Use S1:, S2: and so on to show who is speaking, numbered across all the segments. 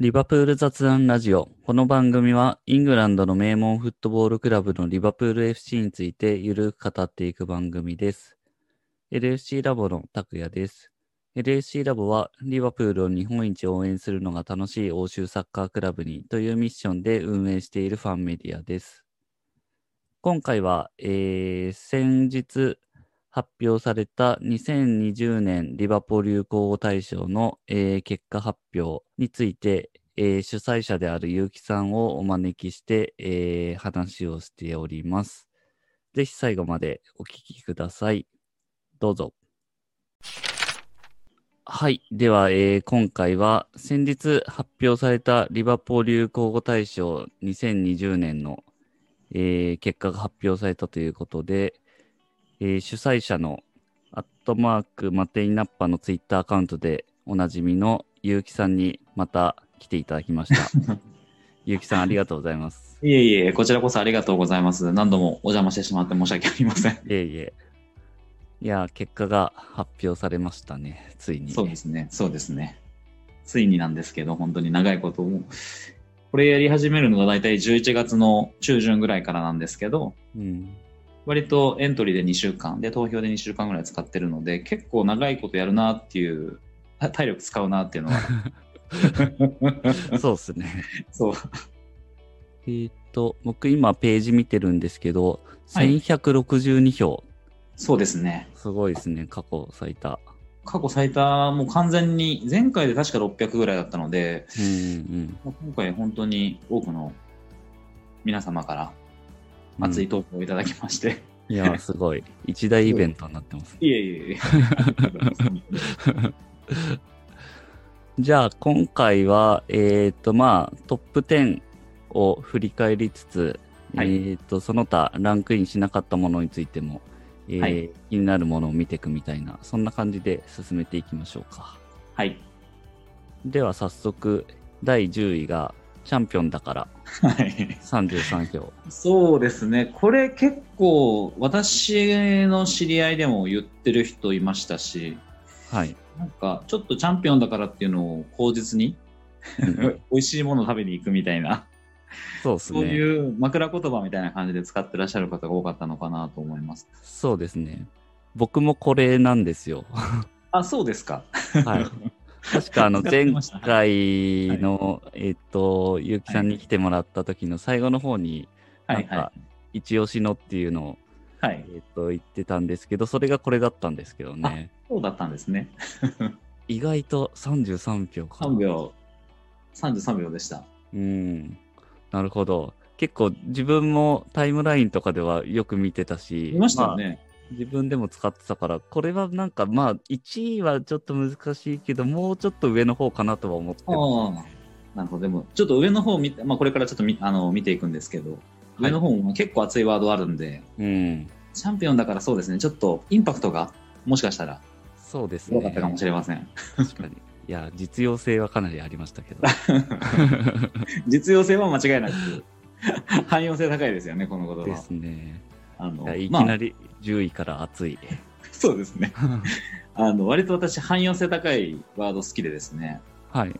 S1: リバプール雑談ラジオ。この番組は、イングランドの名門フットボールクラブのリバプール FC についてゆるく語っていく番組です。LFC ラボの拓也です。LFC ラボは、リバプールを日本一応援するのが楽しい欧州サッカークラブにというミッションで運営しているファンメディアです。今回は、えー先日発表された2020年リバポ流行語大賞の、えー結果発表について、えー主催者である結城さんをお招きして、えー話をしております。ぜひ最後までお聞きください。どうぞ。はい。では、えー今回は先日発表されたリバポ流行語大賞2020年の、えー結果が発表されたということで、えー主催者のアットマークマテイナッパのツイッターアカウントでおなじみのゆうきさんにまた来ていただきま した。ゆうきさんありがとうございます。
S2: いえいえ、こちらこそありがとうございます。何度もお邪魔してしまって申し訳ありません。
S1: いえいえ。いやー、結果が発表されましたね、ついに。
S2: そうですね、そうですね。ついになんですけど、本当に長いこともう、これやり始めるのが大体11月の中旬ぐらいからなんですけど、
S1: う ん。
S2: 割とエントリーで2週間で、投票で2週間ぐらい使ってるので、結構長いことやるなっていう、た体力使うなっていうのは。
S1: そうですね。
S2: そう。
S1: えーっと、僕今ページ見てるんですけど、
S2: はい
S1: 1162票。
S2: そうですね。
S1: すごいですね、過去最多。
S2: 過去最多、もう完全に、前回で確か600ぐらいだったので、
S1: うんうん
S2: もう今回本当に多くの皆様から
S1: うん。
S2: 熱い投票をいただきまして、
S1: いやー、すごい。一大イベントになってます。
S2: いえいえいえ
S1: じゃあ今回は、えー、とまあトップ10を振り返りつつ、
S2: はい
S1: えー、とその他ランクインしなかったものについても、えー
S2: はい
S1: 気になるものを見ていくみたいなそんな感じで進めていきましょうか
S2: はい
S1: では早速第10位がチャンピオンだから
S2: はい
S1: 33票
S2: そうですねこれ結構私の知り合いでも言ってる人いましたし
S1: はい
S2: なんかちょっとチャンピオンだからっていうのを口実に
S1: うん
S2: 美味しいものを食べに行くみたいな
S1: そうですね
S2: そういう枕言葉みたいな感じで使ってらっしゃる方が多かったのかなと思います
S1: そうですね僕もこれなんです よ
S2: あそうですか
S1: はい。確かあの
S2: 使って
S1: 前
S2: ました
S1: 回の、えっと、ゆうきさんに来てもらった時の最後の方に、
S2: は
S1: ないん
S2: は
S1: か、一押しのっていうのを、
S2: いはい
S1: えっと、言ってたんですけど、それがこれだったんですけどね。
S2: そうだったんですね
S1: 意外と33票か。
S2: 3秒33秒でした
S1: うん。なるほど。結構自分もタイムラインとかではよく見てたし、
S2: いましたよ
S1: あ
S2: ね、
S1: 自分でも使ってたから、これはなんかまあ、1位はちょっと難しいけど、もうちょっと上の方かなとは思ってます
S2: ああなるほどでもちょっと上の方見て、まあ、これからちょっとみあの見ていくんですけど上の方も結構熱いワードあるんで、
S1: うん。
S2: チャンピオンだからそうですねちょっとインパクトがもしかしたら
S1: そうですね。
S2: 良かったかもしれません
S1: 確かに。いや、実用性はかなりありました けど。
S2: 実用性は間違いなく 汎用性高いですよねこの言
S1: で
S2: 葉
S1: すね。
S2: あの
S1: いやいき
S2: まあ
S1: なり10位から熱 い。
S2: そうですねあの割と私汎用性高いワード好きでですね
S1: はい。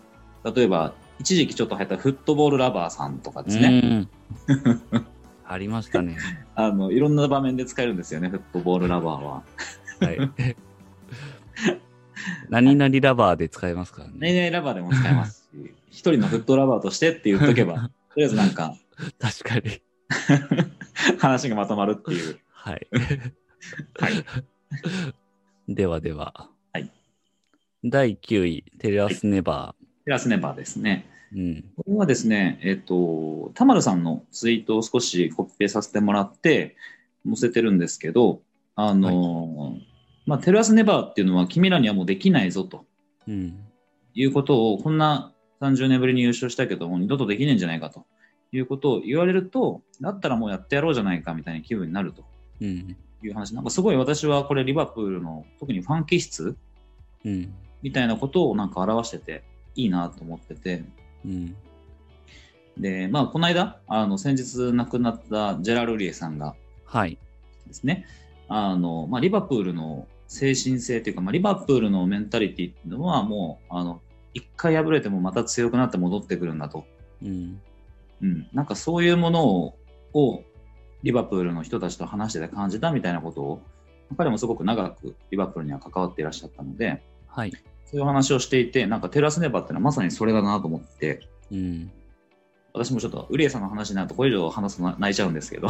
S2: 例えば一時期ちょっと流行ったフットボールラバーさんとかですね、
S1: うん。 ありましたね。
S2: あのいろんな場面で使えるんですよねフットボールラバーは
S1: はい。何々ラバーで使えますからね。
S2: 恋愛ラバーでも使えますし、 一人のフットラバーとしてって言っとけば、とりあえずなんか
S1: 確かに。
S2: 話がまとまるっていう。
S1: はい。
S2: はい。
S1: ではでは。
S2: はい。
S1: 第9位、テレアスネバ
S2: テラスネバーですね。
S1: ー。うん。
S2: これはですね、えっ、と、田丸さんのツイートを少しコピペさせてもらって、載せてるんですけど、あのーまあ、テラスネバーっていうのは君らにはもうできないぞと
S1: うん。
S2: いうことを、こんな30年ぶりに優勝したけど、もう二度とできねえんじゃないかということを言われると、だったらもうやってやろうじゃないかみたいな気分になると。
S1: うん。
S2: いう話なんかすごい私はこれリバプールの特にファン気質
S1: うん。
S2: みたいなことをなんか表してていいなと思ってて
S1: うん。
S2: でまあこの間あの先日亡くなったジェラルリエさんが
S1: はい。
S2: ですねあの、まあ、リバプールの精神性というか、まあ、リバプールのメンタリティっていうのはもうあの一回敗れてもまた強くなって戻ってくるんだと、
S1: うん。
S2: うん、なんかそういうものををリバプールの人たちと話してて感じたみたいなことを彼もすごく長くリバプールには関わっていらっしゃったので
S1: はい。
S2: そういう話をしていてなんかテラスネバーってのはまさにそれだなと思って
S1: うん。
S2: 私もちょっとウリエさんの話になるとこれ以上話すと泣いちゃうんですけ ど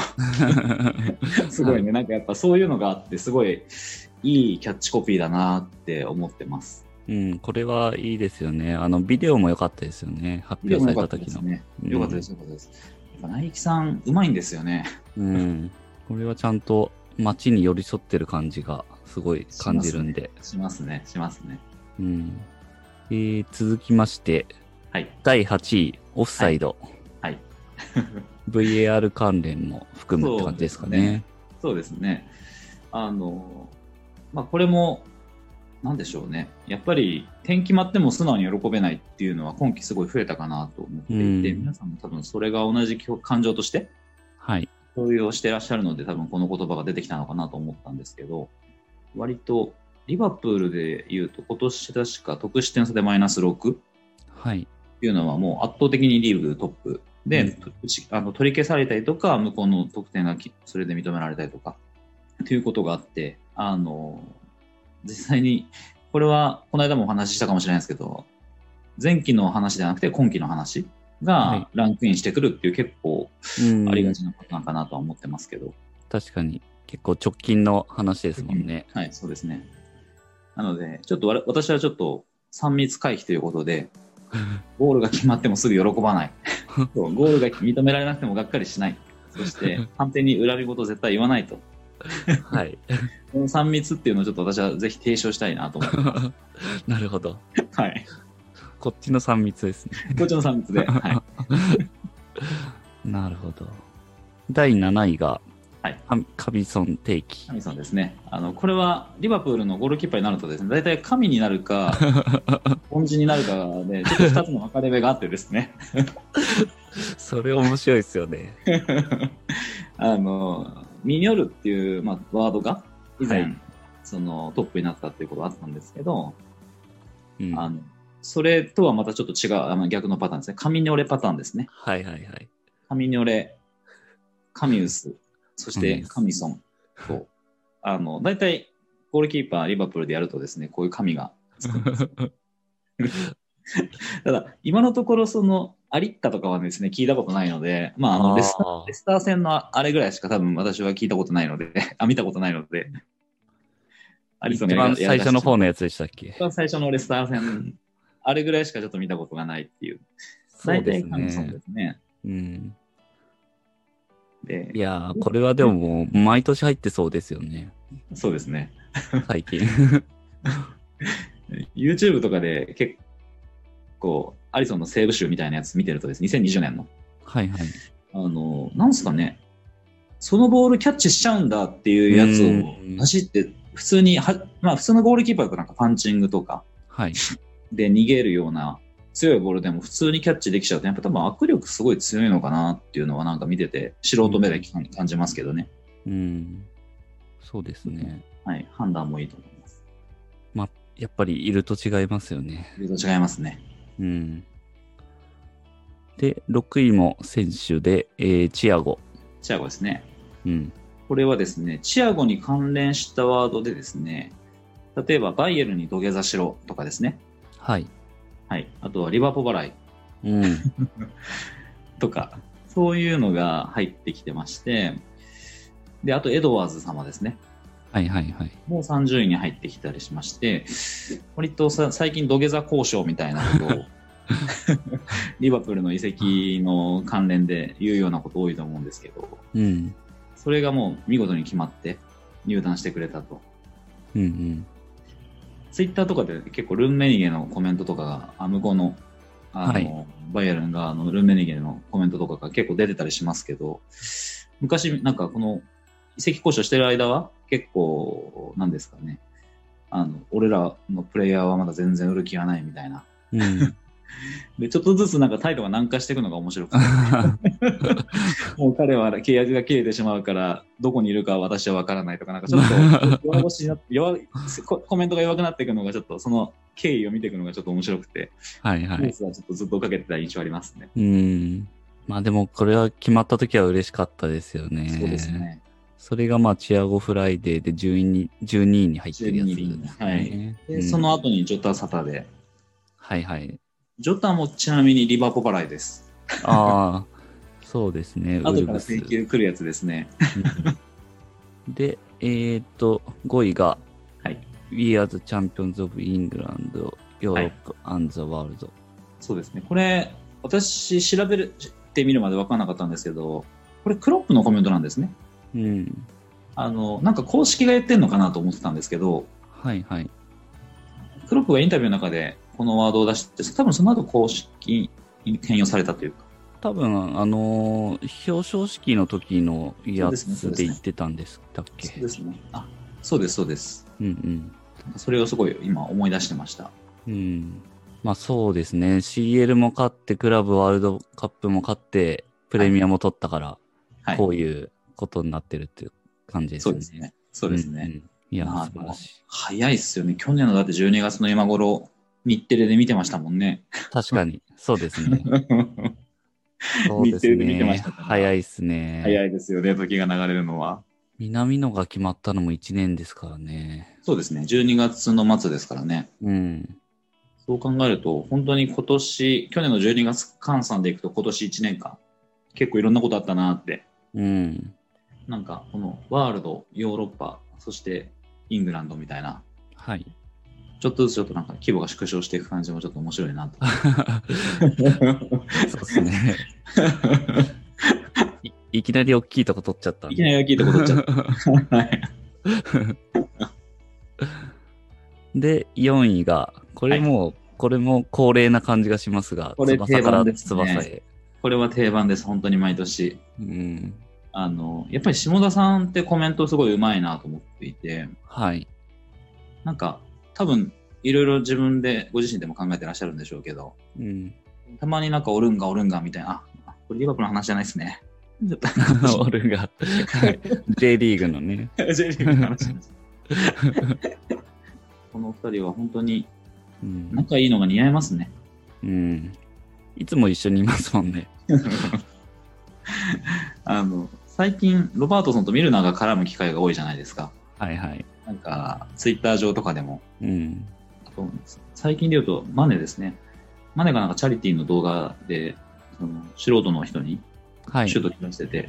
S2: すごいねなんかやっぱそういうのがあってすごいいいキャッチコピーだなって思ってます。
S1: うん、これはいいですよね。あの、ビデオも良かったですよね。発表された時の。
S2: ね。よかったです、よかったです。やっぱ、ナイキさん、うまいんですよね。
S1: うん。うんこれはちゃんと街に寄り添ってる感じがすごい感じるんで。
S2: しますね、しますね。
S1: うん。えー続きまして、
S2: はい。
S1: 第8位、オフサイド。
S2: はい
S1: VAR 関連も含むって感じですかね。
S2: そうですね。あの、まあ、これも、なんでしょうね。やっぱり、点決まっても素直に喜べないっていうのは、今季すごい増えたかなと思っていて、
S1: うん
S2: 皆さんも多分それが同じ感情として
S1: はい。
S2: 共有をしてらっしゃるので、多分この言葉が出てきたのかなと思ったんですけど、割と、リバプールで言うと、今年確か得失点差でマイナス6。
S1: はい。
S2: っていうのはもう圧倒的にリーグトップで、
S1: うん
S2: とあの取り消されたりとか向こうの得点がきそれで認められたりとかということがあってあの実際にこれはこの間もお話ししたかもしれないですけど前期の話ではなくて今期の話
S1: はい
S2: がランクインしてくるっていう結構
S1: うん
S2: ありがちなことなのかなとは思ってますけど、
S1: 確かに。結構直近の話ですもん ね。
S2: はいそうですねなのでちょっとわら私はちょっと3密回避ということでゴールが決まってもすぐ喜ばない。そうゴールが認められなくてもがっかりしない。そして、判定に恨み事を絶対言わないと。
S1: はい。
S2: この3密っていうのをちょっと私はぜひ提唱したいなと思って。
S1: なるほど。
S2: はい。
S1: こっちの3密ですね。
S2: こっちの3密で。はい。
S1: なるほど。第7位が、
S2: はい
S1: カカビソン定期。
S2: 神さんですね。あの、これはリバプールのゴールキーパーになるとですね、大体神になるか、恩人になるかで、ちょっと2つの分かれ目があってですね。
S1: それ面白いですよ ね。
S2: あの、ミニョルっていう、まあ、ワードが以前、
S1: はい
S2: そのトップになったっていうことがあったんですけど、
S1: うん、
S2: あ
S1: はい
S2: のそれとはまたちょっと違うあの逆のパターンですね。神に俺パターンですね。
S1: はいはい。
S2: 神に俺、カミウス、そし
S1: カミ
S2: て
S1: ウス
S2: カミソンと、あの、大体ゴールキーパー、リバプールでやるとですね、こういう神がつくんですよ。ただ、今のところ、その、アリッタとかはですね、聞いたことないので、ま あ、あのレスタ
S1: あー
S2: レスター戦のあれぐらいしか多分私は聞いたことないので、 あ、見たことないので、アリソン
S1: 一
S2: がや
S1: 番
S2: ら
S1: 最初の方のやつでしたっ
S2: 一
S1: け
S2: 番最初のレスター戦、あれぐらいしかちょっと見たことがないっていう。
S1: そうで
S2: 大
S1: す
S2: 体カミソンで
S1: ね。
S2: すね。
S1: うん、
S2: で
S1: い、やー、これはでももう毎年入ってそうですよね。
S2: そうですね。
S1: 最 近。
S2: YouTube とかで結構、アリソンのセーブ集みたいなやつ見てるとですね、2020年の。
S1: はいはい。
S2: あの、なんすかね、そのボールキャッチしちゃうんだっていうやつ
S1: うん
S2: を走って、普通には、まあ普通のゴールキーパーだとなんかパンチングとか
S1: はい。
S2: で逃げるような強いボールでも普通にキャッチできちゃうと、やっぱ多分握力すごい強いのかなっていうのはなんか見てて、素人目で感感じますけどね。
S1: うん。そうですね。
S2: はい、判断もいいと思います。
S1: やっぱりいると違いますよね。
S2: いろいろ違いますね。
S1: うん。で、6位も選手で、えーチアゴ。
S2: チアゴですね。
S1: うん。
S2: これはですね、チアゴに関連したワードでですね、例えばバイエルンに土下座しろとかですね、
S1: はい。
S2: はい、あとはリバポ払い
S1: うん。
S2: とか、そういうのが入ってきてまして、で、あとエドワーズ様ですね、
S1: はいはいはい。
S2: もう30位に入ってきたりしまして、割とさ最近土下座交渉みたいなことを、リバプールの移籍の関連で言うようなこと多いと思うんですけど、
S1: うん。
S2: それがもう見事に決まって入団してくれたと。
S1: うんうん。
S2: ツイッターとかで結構ルンメニゲのコメントとかが、あ向こうのあの、
S1: はい
S2: バイエルンがあのルンメニゲのコメントとかが結構出てたりしますけど、昔なんかこの移籍交渉してる間は結構、なんですかね、あの、俺らのプレイヤーはまだ全然売る気がないみたいな
S1: うん。
S2: で、ちょっとずつなんか態度が軟化していくのが面白くて、もう彼は契約が切れてしまうから、どこにいるかは私は分からないとか、なんかちょっ と弱腰になって弱い、ココメントが弱くなっていくのが、ちょっとその経緯を見ていくのがちょっと面白くて、
S1: はいは
S2: ニュー
S1: い。
S2: スはちょっとずっと追っかけてた印象ありますね。
S1: うん。まあでもこれは決まった時は嬉しかったですよね。
S2: そうです。ね。
S1: それがまあチアゴフライデーで12位 ,12 位に入ってるやつです
S2: 12
S1: ね。
S2: 位はいで、
S1: うん
S2: その後にジョタサタで、
S1: はいはい。
S2: ジョタもちなみにリバポパライです。
S1: ああ、 そうですね。ウ
S2: 後
S1: ルブ
S2: から
S1: ス
S2: 請。求来るやつですね。
S1: うんで、えーっと、5位が、
S2: はい。
S1: We are the champions of England, Europe and the world.
S2: そうですね。これ、私、調べるってみるまで分からなかったんですけど、これ、クロップのコメントなんですね。
S1: うん。
S2: あの、なんか公式が言ってんのかなと思ってたんですけど、
S1: はいはい。
S2: クロップがインタビューの中でこのワードを出して、多分その後公式に転用されたというか。
S1: 多分、あのー表彰式の時のやつ
S2: そうですねそうで
S1: で
S2: すね
S1: 言ってたんでしたっけ
S2: そうですね。あ、そうです、そうです。
S1: うん
S2: それをすごい今思い出してました。
S1: うん。うん。まあそうですね。CL も勝って、クラブワールドカップも勝って、プレミアも取ったから、
S2: はい
S1: こういうことになってるっていう感じです
S2: そ
S1: ね。
S2: うですね。そうですね。
S1: んうん。いや、
S2: まあ
S1: 素晴らしい。
S2: 早いっすよね。去年のだって12月の今頃、日テレで見てましたもん ね。
S1: 確かに。そうですね。そう
S2: 見
S1: です
S2: てる見てま
S1: ね
S2: した。から
S1: 早いですね。
S2: 早いですよね、時が流れるのは。
S1: 南野が決まったのも1年ですからね。
S2: そうですね。12月の末ですからね。
S1: うん。
S2: そう考えると、本当に今年、去年の12月換算でいくと今年1年間、結構いろんなことあったなって。
S1: うん。
S2: なんか、このワールド、ヨーロッパ、そしてイングランドみたいな、
S1: はい。
S2: ちょっとずつちょっとなんか規模が縮小していく感じもちょっと面白いなと。
S1: そうです ね。いいきなり大きいとこ取っちゃったん
S2: い
S1: で。
S2: きなり大きいとこ取っちゃった。 はい
S1: で、4位が、これも、これも恒例な感じがしますが、
S2: これ
S1: 翼
S2: 定
S1: から
S2: 番ですね
S1: 翼へ。
S2: これは定番です、本当に毎年。
S1: うん。
S2: あの、やっぱり下田さんってコメントすごい上手いなと思っていて、
S1: はい。
S2: なんか、多分、いろいろ自分で、ご自身でも考えてらっしゃるんでしょうけど、
S1: うん。
S2: たまになんかオルンガオルンガみたいな、あ、これリバプールの話じゃないですね。ちょっと
S1: 俺が、はい、J リーグのね。
S2: J リーグの話なんですこのお二人は本当に
S1: うん。
S2: 仲いいのが似合いますね。
S1: うん。いつも一緒にいますもんね。
S2: あの、最近、ロバートソンとミルナーが絡む機会が多いじゃないですか。
S1: はいはい。
S2: なんか、ツイッター上とかでも。
S1: うん。
S2: あと最近で言うと、マネですね。マネがなんかチャリティーの動画で、その素人の人に
S1: はい
S2: シュ。ート決めしてて、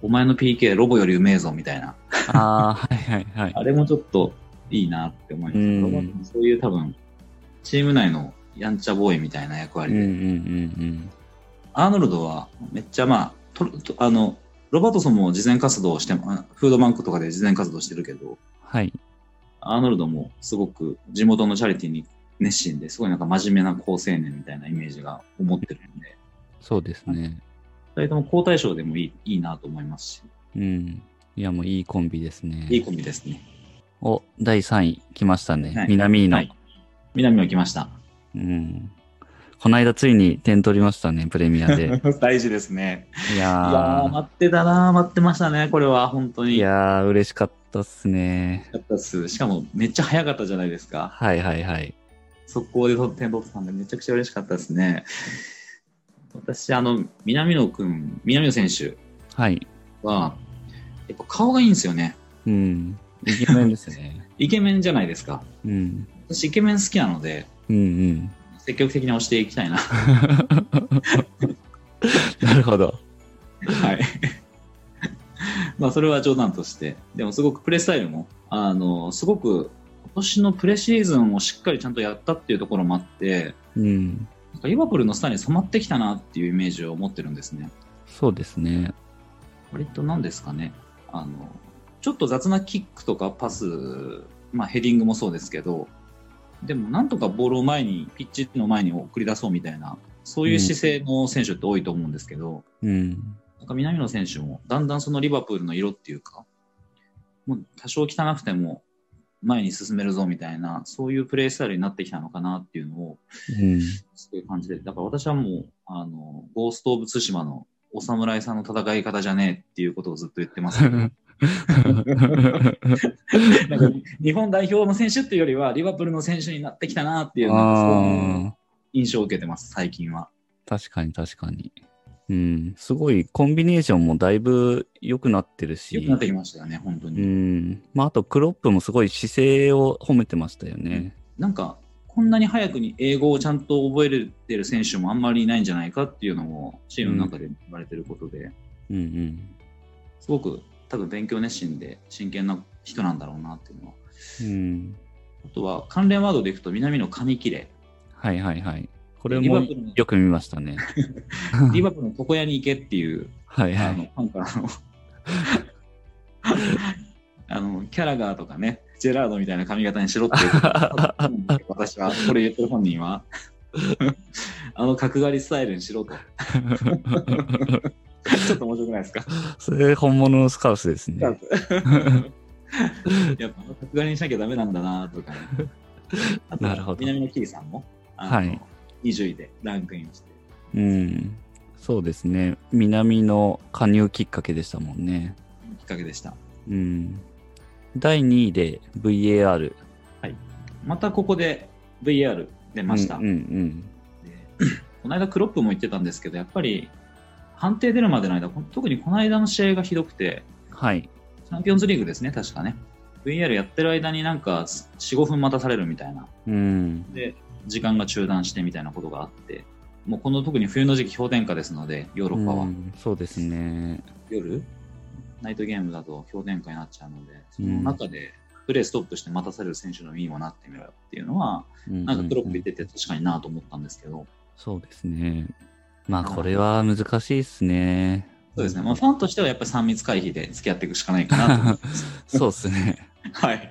S2: お前の PK ロボよりうめえぞみたいな。
S1: ああ、はいはいはい。
S2: あれもちょっといいなって思いま
S1: うん
S2: す。ロボットもそういう多分、チーム内のやんちゃボーイみたいな役
S1: うん
S2: 割
S1: うん
S2: で、
S1: うん
S2: アーノルドはめっちゃまあ、ととあの、ロバートソンも慈善活動をしても、あフードバンクとかで慈善活動してるけど、
S1: はい。
S2: アーノルドもすごく地元のチャリティーに熱心ですごいなんか真面目な好青年みたいなイメージが思ってるんで、
S1: そうですね。
S2: 二人とも交代賞でもいいいいなと思いますし、
S1: うん。いや、もういいコンビですね。
S2: いいコンビですね。
S1: お、第3位、来ましたね。
S2: はい
S1: 南井の、
S2: はい南は来ました。
S1: うん。この間、ついに点取りましたね、プレミア で。
S2: 大事ですね。
S1: い
S2: いや
S1: や
S2: ー、
S1: ー、
S2: 待ってたなー、待ってましたね、これは、本当に。
S1: いやー、嬉しかったっすね。
S2: かったっす。しかも、めっちゃ早かったじゃないですか。
S1: はいはいはい。
S2: 速攻で点取ったんで、めちゃくちゃ嬉しかったですね。私、あの、南野くん、南野選手
S1: はい。
S2: は、やっぱ顔がいいんですよね。
S1: うん。イケメンですね。
S2: イケメンじゃないですか。
S1: うん。
S2: 私、イケメン好きなので、
S1: うんうん。
S2: 積極的に押していきたいな。
S1: なるほど。
S2: はい。 まあ、それは冗談として。でも、すごくプレースタイルも、あの、すごく、今年のプレシーズンをしっかりちゃんとやったっていうところもあって、
S1: うん。
S2: なんかリバプールのスターに染まってきたなっていうイメージを持ってるんですね。
S1: そうですね。
S2: 割と何ですかね。あの、ちょっと雑なキックとかパス、まあヘディングもそうですけど、でもなんとかボールを前に、ピッチの前に送り出そうみたいな、そういう姿勢の選手って多いと思うんですけど、
S1: うん。
S2: なんか南野選手もだんだんそのリバプールの色っていうか、もう多少汚くても、前に進めるぞみたいな、そういうプレースタイルになってきたのかなっていうのを、
S1: うん。
S2: すごい感じて、だから私はもう、あの、ゴースト・オブ・ツシマのお侍さんの戦い方じゃねえっていうことをずっと言ってますけどなんか 日本代表の選手っていうよりは、リバプールの選手になってきたな っていう、なんかそういう
S1: あ
S2: 印象を受けてます、最近は。
S1: あ、確かに確かに。うん、すごいコンビネーションもだいぶ良くなってるし。
S2: 良くなってきましたよね、本当に。
S1: うん。まあ、あと、クロップもすごい姿勢を褒めてましたよね。
S2: なんか、こんなに早くに英語をちゃんと覚えれてる選手もあんまりいないんじゃないかっていうのも、チームの中で言われてることで、
S1: うんうん。
S2: すごく多分勉強熱心で真剣な人なんだろうなっていうのは。
S1: うん。
S2: あとは関連ワードでいくと、南の紙切れ。
S1: はいはいはい。これ
S2: リバ
S1: も
S2: プールの
S1: よく見ましたね。
S2: リバプールの床屋に行けっていう、
S1: はいは
S2: あの
S1: い。
S2: ファンからの あのキャラガーとかねジェラードみたいな髪型にし ろっていうこと私はこれ言ってる本人はあの角刈りスタイルにし ろとちょっと面白くないですか
S1: それ本物のスカウスですね。
S2: やっぱあの角刈りにしなきゃダメなんだなとかねあと
S1: なるほど
S2: 南野キリさんもあの、
S1: はい
S2: 20位でランクインして
S1: うん。そうですね。南の加入きっかけでしたもんね。
S2: きっかけでした
S1: うん。第2位で VAR。
S2: またここで VR 出ました、
S1: うんうん
S2: で この間クロップも言ってたんですけどやっぱり判定出るまでの間こ特にこの間の試合がひどくて
S1: うん。はい。
S2: チャンピオンズリーグですね確かね VR やってる間になんか45分待たされるみたいな
S1: うん。
S2: で時間が中断してみたいなことがあってもうこの特に冬の時期氷点下ですのでヨーロッパは、
S1: うんそうですね。
S2: 夜ナイトゲームだと氷点下になっちゃうのでその中でプレーストップして待たされる選手の身にもなってみろよっていうのは
S1: な
S2: なんかクロップ言ってて確かになと思ったんですけど
S1: そうですね。まあ、これは難しいですね。
S2: そうですね、まあ、ファンとしてはやっぱり3密回避で付き合っていくしかないかなと思い ます。
S1: そうですね。
S2: はい。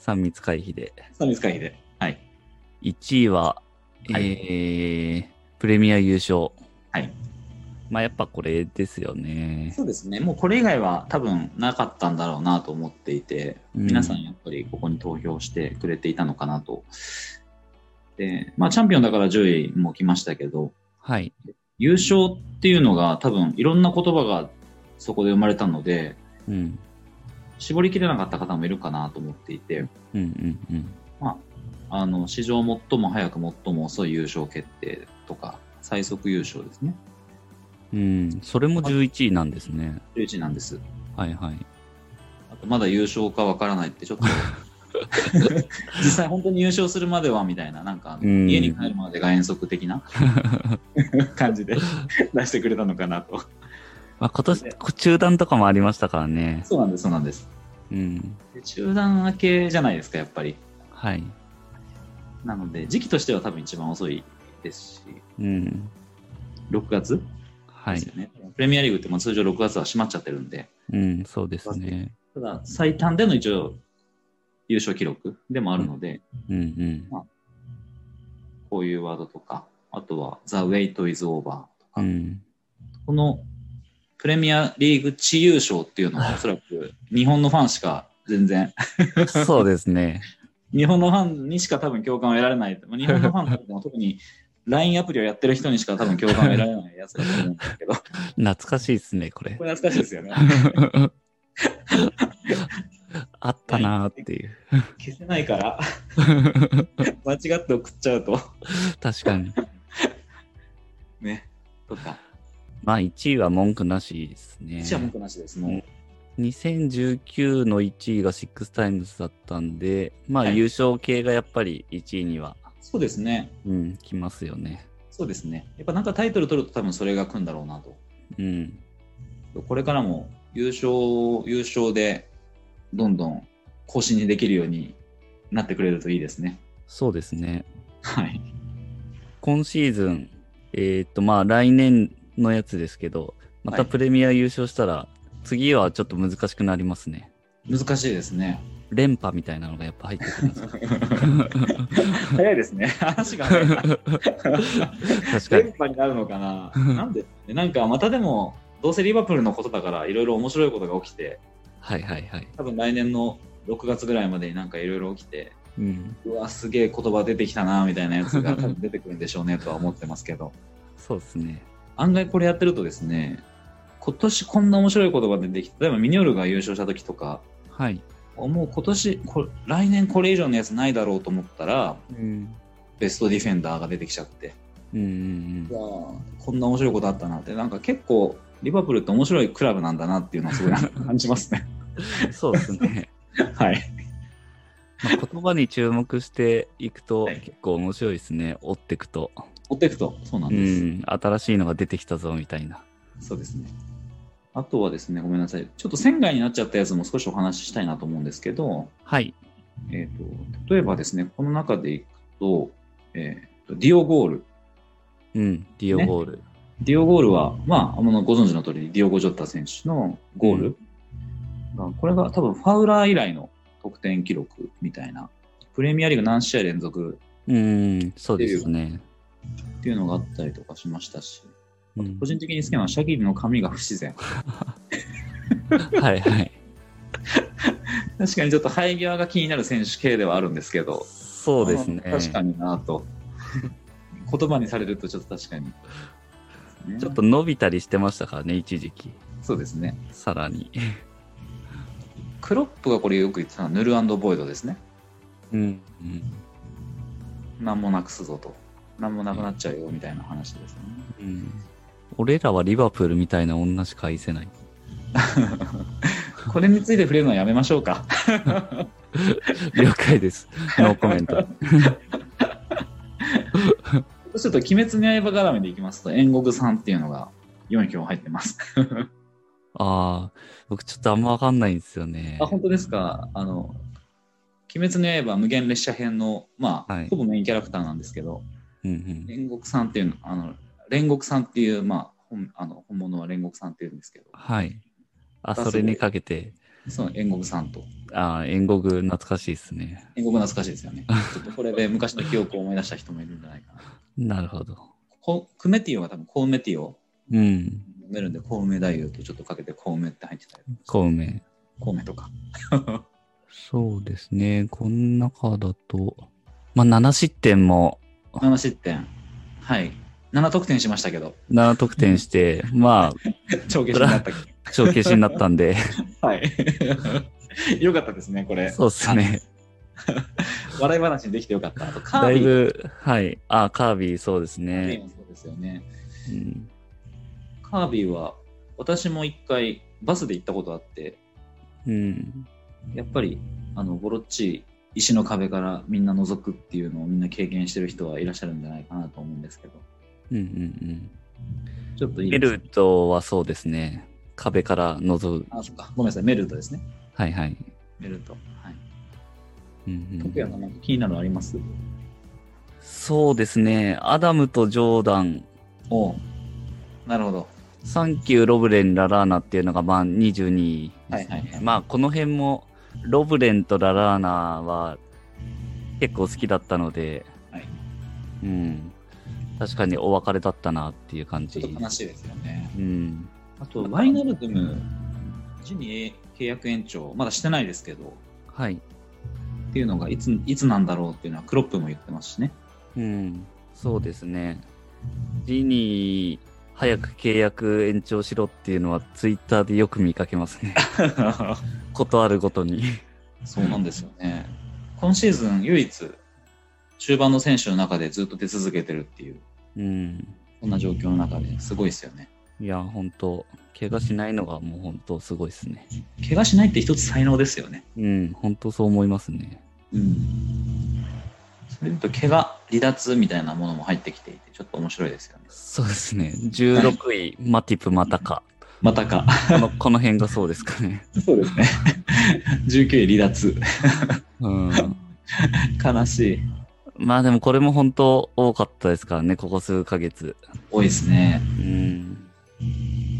S1: 3密回避で。
S2: 3密回避で。はい。
S1: 1位は、
S2: はい
S1: えー、プレミア優勝。
S2: はい。
S1: まあ、やっぱこれですよね。
S2: そうですね、もうこれ以外は多分なかったんだろうなと思っていて、
S1: うん
S2: 皆さんやっぱりここに投票してくれていたのかなと。で、まあ、チャンピオンだから10位も来ましたけど、
S1: はい。
S2: 優勝っていうのが多分いろんな言葉がそこで生まれたので、
S1: うん。
S2: 絞りきれなかった方もいるかなと思っていて、
S1: うんうんうん。
S2: あの史上最も早く最も遅い優勝決定とか最速優勝ですね
S1: うん、それも11位なんですね。
S2: 11なんです
S1: はいはい。
S2: あとまだ優勝かわからないってちょ っと実際本当に優勝するまではみたいななんかあの
S1: うん
S2: 家に帰るまでが遠足的な 感じで出してくれたのかなと
S1: まあ、今年、中断とかもありましたからね。
S2: そうなんですそうなんです
S1: うん。
S2: で中断明けじゃないですかやっぱり
S1: はい。
S2: なので時期としては多分一番遅いですし
S1: うん。
S2: 6月
S1: は
S2: です
S1: い
S2: よ。ね、プレミアリーグってもう通常6月は閉まっちゃってるんで
S1: うん、そうですね。
S2: ただ、最短での一応、優勝記録でもあるので、
S1: うん
S2: こういうワードとか、あとは、The Wait is Over とか、
S1: うん。うん。
S2: このプレミアリーグ地優勝っていうのは、おそらく日本のファンしか全然、
S1: そうですね。
S2: 日本のファンにしか多分共感を得られない。まあ日本のファンでも特に LINE アプリをやってる人にしか多分共感を得られないやつだと思うんですけ ど、こ
S1: 懐かしいですね、これ。
S2: れ懐かしいですよね。
S1: あったなーっていう。
S2: 消せない から、間違って送っちゃうと、
S1: 確か に。
S2: ね、とか、
S1: まあ、1位は文句なしですね。
S2: 一応文句なしです。もう、
S1: 2019の1位がシックスタイムズだったんで、まあ、
S2: はい
S1: 優勝系がやっぱり1位には、
S2: そうですね。
S1: うん、きますよね。
S2: そうですね。やっぱなんかタイトル取ると多分それが来るんだろうなと。
S1: うん。
S2: これからも優勝、優勝でどんどん更新にできるようになってくれるといいですね。
S1: そうですね。
S2: はい。
S1: 今シーズン、えっ、と、まあ、来年のやつですけど、また
S2: はい
S1: プレミア優勝したら、次はちょっと難しくなりますね。
S2: 難しいですね。
S1: 連覇みたいなのがやっぱ入ってくるんですよ
S2: 早いですね。話 が早いな。
S1: 確 か
S2: 連
S1: に。
S2: 覇になるのかな。なんでなんかまたでも、どうせリバプールのことだからいろいろ面白いことが起きて、
S1: はいはいはい。
S2: 多分来年の6月ぐらいまでになんかいろいろ起きて、
S1: うん、
S2: うわ、すげえ言葉出てきたな、みたいなやつが多分出てくるんでしょうねとは思ってますけど、
S1: そうですね。
S2: 案外これやってるとですね、今年こんな面白い言葉出てきて、例えばミニョルが優勝した時とか、
S1: はい。
S2: もう今年これ来年これ以上のやつないだろうと思ったら、
S1: うん。
S2: ベストディフェンダーが出てきちゃって、
S1: うんうん
S2: うわこんな面白いことあったなって、なんか結構、リバプールって面白いクラブなんだなっていうのをすごい感じますね。
S1: うん。そうです ね。
S2: はい。
S1: まあ言葉に注目していくと
S2: はい
S1: 結構面白いですね。追っていくと。
S2: 追っていくと、そうなん
S1: う
S2: です。
S1: ん。新しいのが出てきたぞみたいな。
S2: そうですね。あとはですね、ごめんなさい。ちょっと仙外になっちゃったやつも少しお話ししたいなと思うんですけど、
S1: はい。
S2: えー、と例えばですね、この中でいくと、えーとディオゴール。
S1: うん。ディオボール。
S2: ディオゴールは、まあ、あのご存知の通り、ディオゴ・ジョッタ選手のゴールが、これが多分ファウラー以来の得点記録みたいな、プレミアリーグ何試合連続
S1: うん。そうですね。
S2: っていうのがあったりとかしましたし、
S1: うん
S2: 個人的に好きなのはシャギリの髪が不自然。
S1: はいはい。
S2: 確かにちょっと生え際が気になる選手系ではあるんですけど、
S1: そうですね。
S2: あの確かにな と。言葉にされるとちょっと確かに。
S1: ちょっと伸びたりしてましたからね、一時期。
S2: そうですね。
S1: さらに。
S2: クロップがこれよく言ってたのはヌルボイドですね。
S1: うん。うん
S2: なんもなくすぞと。なんもなくなっちゃうよみたいな話ですよね。
S1: うん。俺らはリバプールみたいな女しか愛せない。
S2: これについて触れるのはやめましょうか。
S1: 了解です。ノーコメント。
S2: ちょっと鬼滅の刃絡みでいきますと、煉獄さんっていうのが4票入ってます。
S1: ああ、僕ちょっとあんまわかんないんですよね
S2: あ、。本当ですか。あの、鬼滅の刃無限列車編の、まあ、
S1: はい
S2: ほぼメインキャラクターなんですけど、
S1: うんうん。
S2: 煉獄さんっていうの、あの、煉獄さんっていう、まあ、本あの本物は煉獄さんっていうんですけど、
S1: はい。あ、
S2: あ
S1: それにかけて、
S2: その煉獄さんと、
S1: ああ、縁獄懐かしいですね。
S2: 煉獄懐かしいですよね。 ちょっとこれで昔の記憶を思い出した人もいるんじゃないかな。
S1: なるほど。
S2: こクメティオが多分コウメティオ
S1: うん。
S2: 飲めるんで、コウメ太夫とちょっとかけてコウメって入ってたり、
S1: 孔明。
S2: コウメとか。
S1: そうですね。この中だと、まあ、7失点も
S2: 7失点。はい。7得点しました けど、
S1: 7得点して、ま
S2: 帳消しになったけ
S1: あ、帳消しになったんで、
S2: ど。はい。 よかったですね、これ。
S1: そうですね。
S2: 笑い話にできてよかった。あと、カ
S1: だ
S2: ー
S1: い
S2: ビィ
S1: ぶ、はい。あ、カービィ、そうです
S2: カービィ
S1: ね。
S2: もそうですよね。
S1: うん。
S2: カービィは、私も一回バスで行ったことあって、
S1: うん。
S2: やっぱり、あの、ボロっちい石の壁からみんな覗くっていうのをみんな経験してる人はいらっしゃるんじゃないかなと思うんですけど、
S1: うんうんうん。
S2: ちょっといい
S1: エ
S2: です
S1: ルトはそうですね。壁から覗く。
S2: あ、そっか。ごめんなさい、メルトですね。
S1: はいはい。
S2: メルト。はい。
S1: うんうん
S2: 徳也のなんか気になるのあります
S1: そうですね。アダムとジョーダン、
S2: おうなるほど。
S1: サンキュー、ロブレン、ララーナっていうのがまあ22位ですね。
S2: はいはいはい
S1: まあこの辺も、ロブレンとララーナは結構好きだったので、
S2: はい
S1: うん。確かにお別れだったなっていう感
S2: ち
S1: じ。
S2: ょっと悲しいですよね。
S1: うん。
S2: あと、ワイナルドゥム、ジニー契約延長、まだしてないですけど、
S1: はい。
S2: っていうのがいついつなんだろうっていうのはクロップも言ってますしね。
S1: うん。そうですね。ジニー、早く契約延長しろっていうのはツイッターでよく見かけます ね。ことあるごとに。
S2: そうなんですよね。今シーズン唯一、中盤の選手の中でずっと出続けてるっていう、
S1: うん。
S2: そんな状況の中ですごいですよね。
S1: いや、本当怪我しないのがもう本当すごいですね。
S2: 怪我しないって一つ才能ですよね。
S1: うん、本当そう思いますね。
S2: うん。それと、怪我、離脱みたいなものも入ってきていて、ちょっと面白いですよね。
S1: そうですね。16位、マティプ・マタカ。
S2: またか。
S1: この、この辺がそうですかね。
S2: そうですね。19位離脱。
S1: うん。
S2: 悲しい。
S1: まあでもこれも本当多かったですからね、ここ数ヶ月。
S2: 多いですね。
S1: うん。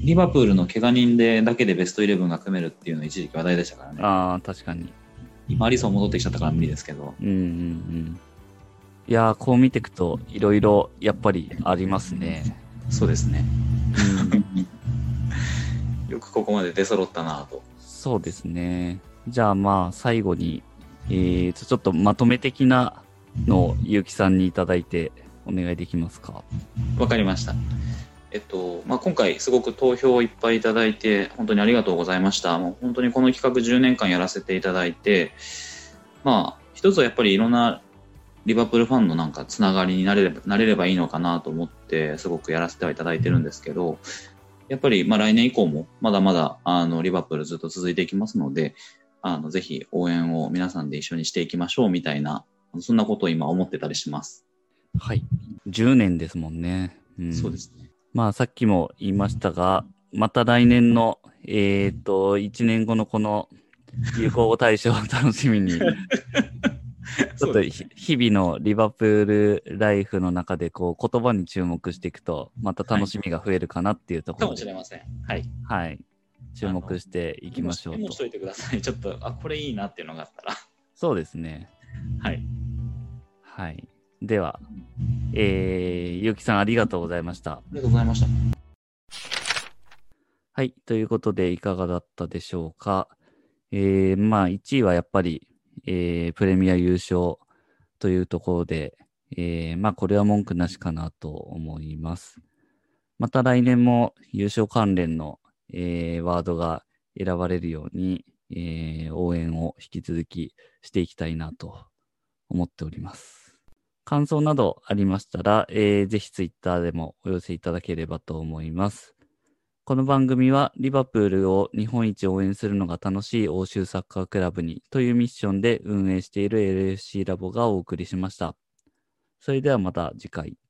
S2: リバプールの怪我人でだけでベストイレブンが組めるっていうの一時期話題でしたからね。
S1: ああ、確かに。
S2: 今アリソン戻ってきちゃったから無理ですけど。
S1: うんうんうん。いやー、こう見ていくと、いろいろやっぱりありますね。
S2: そうですね。
S1: うん、
S2: よくここまで出揃ったなぁと。
S1: そうですね。じゃあまあ最後に、えーと、ちょっとまとめ的なのを結城さんにいただいてお願いできますか。
S2: わかりました。えっと、まあ、今回すごく投票をいっぱいいただいて、本当にありがとうございました。もう本当にこの企画10年間やらせていただいて、まあ、一つはやっぱりいろんなリバプールファンのなんかつながりになれればなれればいいのかなと思って、すごくやらせてはいただいてるんですけど、やっぱりまあ来年以降もまだまだあのリバプールずっと続いていきますので、あのぜひ応援を皆さんで一緒にしていきましょうみたいな、そんなことを今思ってたりします。
S1: はい。10年ですもんね。うん、
S2: そうですね。
S1: まあさっきも言いましたが、また来年の、えっ、と、1年後のこの流行語大賞を楽し みに、ちょっとひ日々のリバプールライフの中でこう言葉に注目していくと、また楽しみが増えるかなっていうとこ
S2: か
S1: ろ
S2: もし
S1: で、
S2: れません。はい。
S1: はい。注目していきましょう
S2: メモ
S1: と
S2: し。といてください。ちょっと、あ、これいいなっていうのがあったら。
S1: そうですね。
S2: はい。
S1: はい。では、えー、ゆうきさんありがとうございました。
S2: ありがとうございました。
S1: はい。ということで、いかがだったでしょうか。えー、まあ、1位はやっぱり、えー、プレミア優勝というところで、えー、まあ、これは文句なしかなと思います。また来年も優勝関連の、えー、ワードが選ばれるように、えー、応援を引き続きしていきたいなと思っております。感想などありましたら、えー、ぜひツイッターでもお寄せいただければと思います。この番組はリバプールを日本一応援するのが楽しい欧州サッカークラブにというミッションで運営している LFC ラボがお送りしました。それではまた次回。